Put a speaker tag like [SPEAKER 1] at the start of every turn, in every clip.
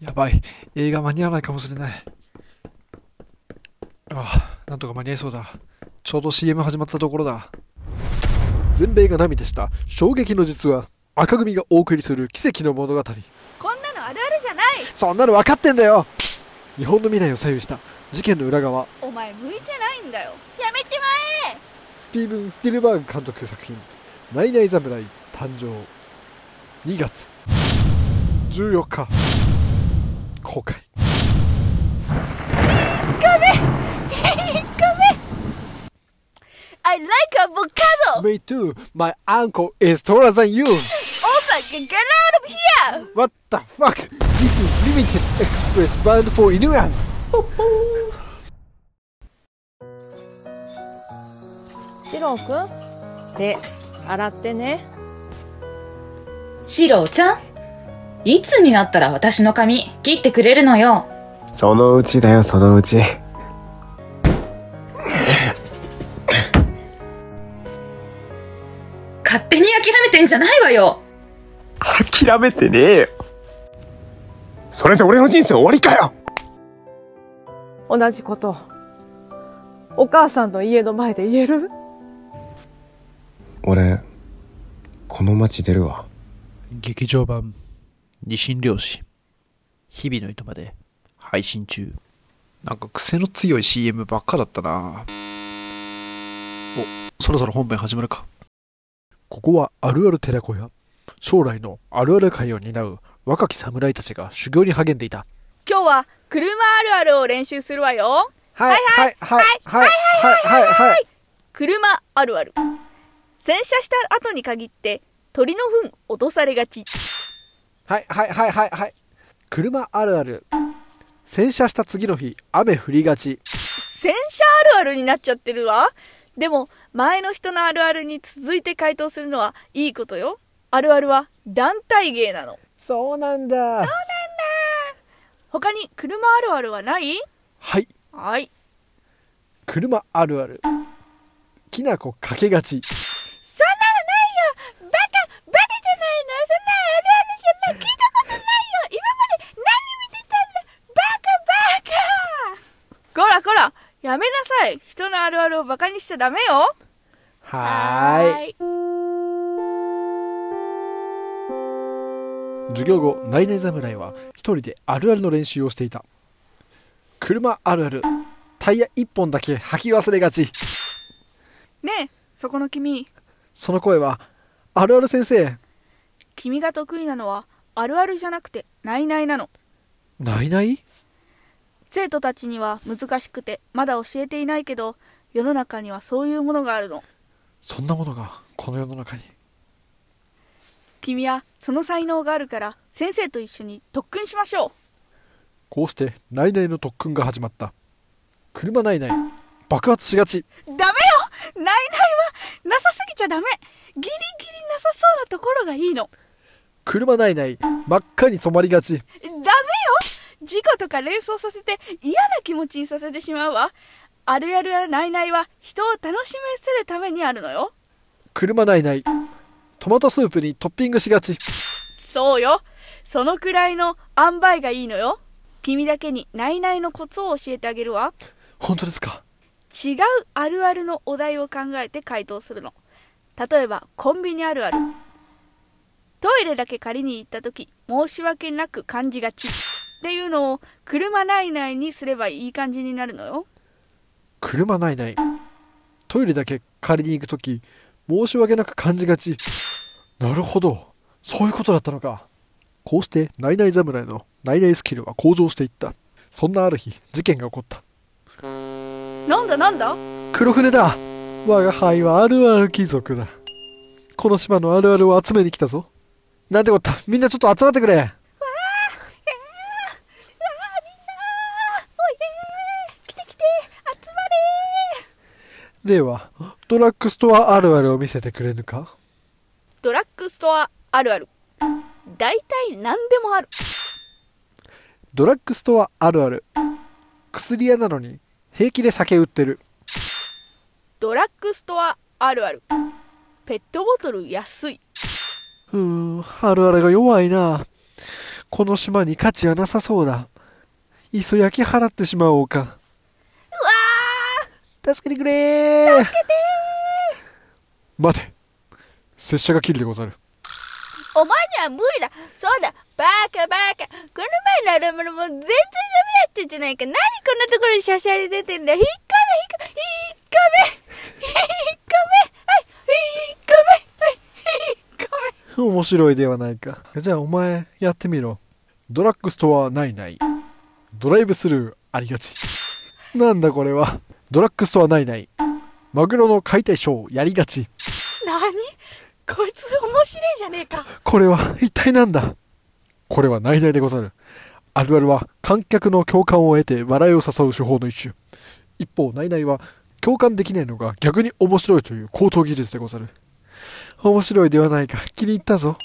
[SPEAKER 1] やばい。映画間に合わないかもしれない。ああ、なんとか間に合いそうだ。ちょうど CM 始まったところだ。
[SPEAKER 2] 全米が涙した衝撃の実話赤組がお送りする奇跡の物語
[SPEAKER 3] こんなのあるあるじゃない
[SPEAKER 2] そんなの分かってんだよ日本の未来を左右した事件の裏側
[SPEAKER 3] お前向いてないんだよやめちまえ
[SPEAKER 2] スティーブン・スティルバーグ監督作品「ナイナイ侍誕生」2月14日公開
[SPEAKER 3] I like avocado!
[SPEAKER 2] Me too my uncle is taller than you
[SPEAKER 3] Opa, get out of here!
[SPEAKER 2] what the fuck this is limited express bound for Inuyan
[SPEAKER 4] シロくん手洗ってね
[SPEAKER 5] シロちゃんいつになったら私の髪切ってくれるのよ
[SPEAKER 6] そのうちだよ、そのうち。
[SPEAKER 5] 勝手に諦めてんじゃないわよ
[SPEAKER 6] 諦めてねえよ。それで俺の人生終わりかよ
[SPEAKER 4] 同じことお母さんの家の前で言える
[SPEAKER 6] 俺、この街出るわ。
[SPEAKER 1] 劇場版、二神漁師、日々の糸まで配信中。なんか癖の強い CM ばっかだったな。お、そろそろ本編始まるか。
[SPEAKER 2] ここはあるある寺子屋将来のあるある会を担う若き侍たちが修行に励んでいた
[SPEAKER 3] 今日は車あるあるを練習するわよ
[SPEAKER 2] はいはいはいはいはいはいはい
[SPEAKER 3] 車あるある洗車した後に限って鳥の糞落とされがち
[SPEAKER 2] はいはいはいはいはい車あるある洗車した次の日雨降りがち
[SPEAKER 3] 洗車あるあるになっちゃってるわでも前の人のあるあるに続いて回答するのはいいことよあるあるは団体芸なの
[SPEAKER 2] そうなんだ
[SPEAKER 3] 他に車あるあるはない
[SPEAKER 2] はい
[SPEAKER 3] はい
[SPEAKER 2] 車あるあるきなこかけがち
[SPEAKER 3] そんなのないよバカバカじゃないのそんなあるあるじゃない聞いたことないよ今まで何見てたんだバカバカこらこらやめなさい人のあるあるをバカにしちゃダメよ
[SPEAKER 2] はーい
[SPEAKER 3] い
[SPEAKER 2] 授業後ナイナイ侍は一人であるあるの練習をしていた車あるあるタイヤ一本だけ履き忘れがち
[SPEAKER 3] ねえそこの君
[SPEAKER 2] その声はあるある先生
[SPEAKER 3] 君が得意なのはあるあるじゃなくてないないなの
[SPEAKER 2] ないない
[SPEAKER 3] 生徒たちには難しくてまだ教えていないけど世の中にはそういうものがあるの
[SPEAKER 2] そんなものがこの世の中に
[SPEAKER 3] 君はその才能があるから先生と一緒に特訓しましょう
[SPEAKER 2] こうしてナイナイの特訓が始まった車ナイナイ爆発しがち
[SPEAKER 3] ダメよないないはなさすぎちゃダメギリギリなさそうなところがいいの
[SPEAKER 2] 車ナイナイ真っ赤に染まりがち
[SPEAKER 3] ダメよ事故とか連想させて嫌な気持ちにさせてしまうわあるあるやないないは人を楽しめするためにあるのよ
[SPEAKER 2] 車ナイナイトマトスープにトッピングしがち
[SPEAKER 3] そうよそのくらいの塩梅がいいのよ君だけにないないのコツを教えてあげるわ
[SPEAKER 2] 本当ですか
[SPEAKER 3] 違うあるあるのお題を考えて回答するの例えばコンビニあるあるトイレだけ借りに行った時申し訳なく感じがちっていうのを車内内にすればいい感じになるのよ
[SPEAKER 2] 車ナイナイトイレだけ借りに行く時申し訳なく感じがちなるほどそういうことだったのかこうしてナイナイ侍のナイナイスキルは向上していったそんなある日事件が起こった
[SPEAKER 3] なんだなんだ
[SPEAKER 2] 黒船だ我が輩はあるある貴族だこの島のあるあるを集めに来たぞなんてこったみんなちょっと集まってくれ
[SPEAKER 3] 来て来て集まれ
[SPEAKER 2] ではドラッグストアあるあるを見せてくれぬか
[SPEAKER 3] ドラッグストアあるある大体何でもある
[SPEAKER 2] ドラッグストアあるある薬屋なのに平気で酒売ってる
[SPEAKER 3] ドラッグストアあるあるペットボトル安いう
[SPEAKER 2] ーんあるあるが弱いなこの島に価値はなさそうだいっそ焼き払ってしまおうかうわ助けてくれー助けて待て拙者がキリでござる
[SPEAKER 3] お前には無理だそうだバカバカこの前のアルバムも全然ダメだったじゃないか何こんなところにシャシャリ出てんだよ引っかめ引っかめ引っかめ引っかめはい引っかめはい引っかめ
[SPEAKER 2] 面白いではないかじゃあお前やってみろドラッグストアないないドライブスルーありがちなんだこれはドラッグストアないないマグロの解体ショーやりがち
[SPEAKER 3] 何こいつ面白いじゃねえか
[SPEAKER 2] これは一体なんだこれはないないでござるあるあるは観客の共感を得て笑いを誘う手法の一種一方ないないは共感できないのが逆に面白いという高等技術でござる面白いではないか気に入ったぞ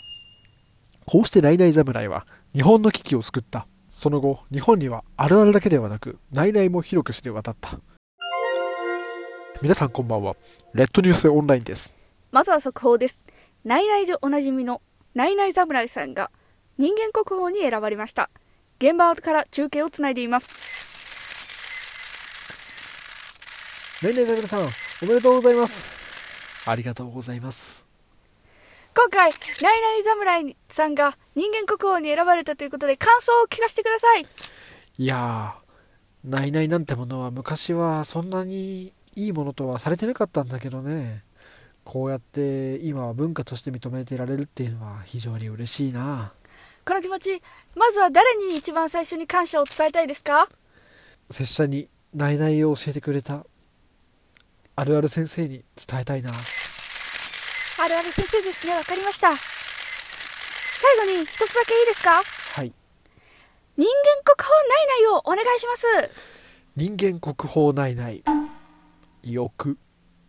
[SPEAKER 2] こうしてナイナイ侍は日本の危機を救ったその後日本にはあるあるだけではなくナイナイも広く知れ渡った皆さんこんばんはレッドニュースオンラインです
[SPEAKER 3] まずは速報です。ナイナイでおなじみのナイナイ侍さんが人間国宝に選ばれました。現場から中継をつないでいます。
[SPEAKER 2] ナイナイ侍さんおめでとうございますありがとうございます
[SPEAKER 3] 今回、ナイナイ侍さんが人間国宝に選ばれたということで感想を聞かせてください。
[SPEAKER 2] いやーナイナイなんてものは昔はそんなにいいものとはされてなかったんだけどねこうやって今は文化として認めていられるっていうのは非常に嬉しいな
[SPEAKER 3] この気持ち、まずは誰に一番最初に感謝を伝えたいですか
[SPEAKER 2] 拙者にナイナイを教えてくれたあるある先生に伝えたいな
[SPEAKER 3] あるある先生ですね、わかりました。最後に一つだけいいですか
[SPEAKER 2] はい
[SPEAKER 3] 人間国宝ナイナイをお願いします。
[SPEAKER 2] 人間国宝ナイナイよく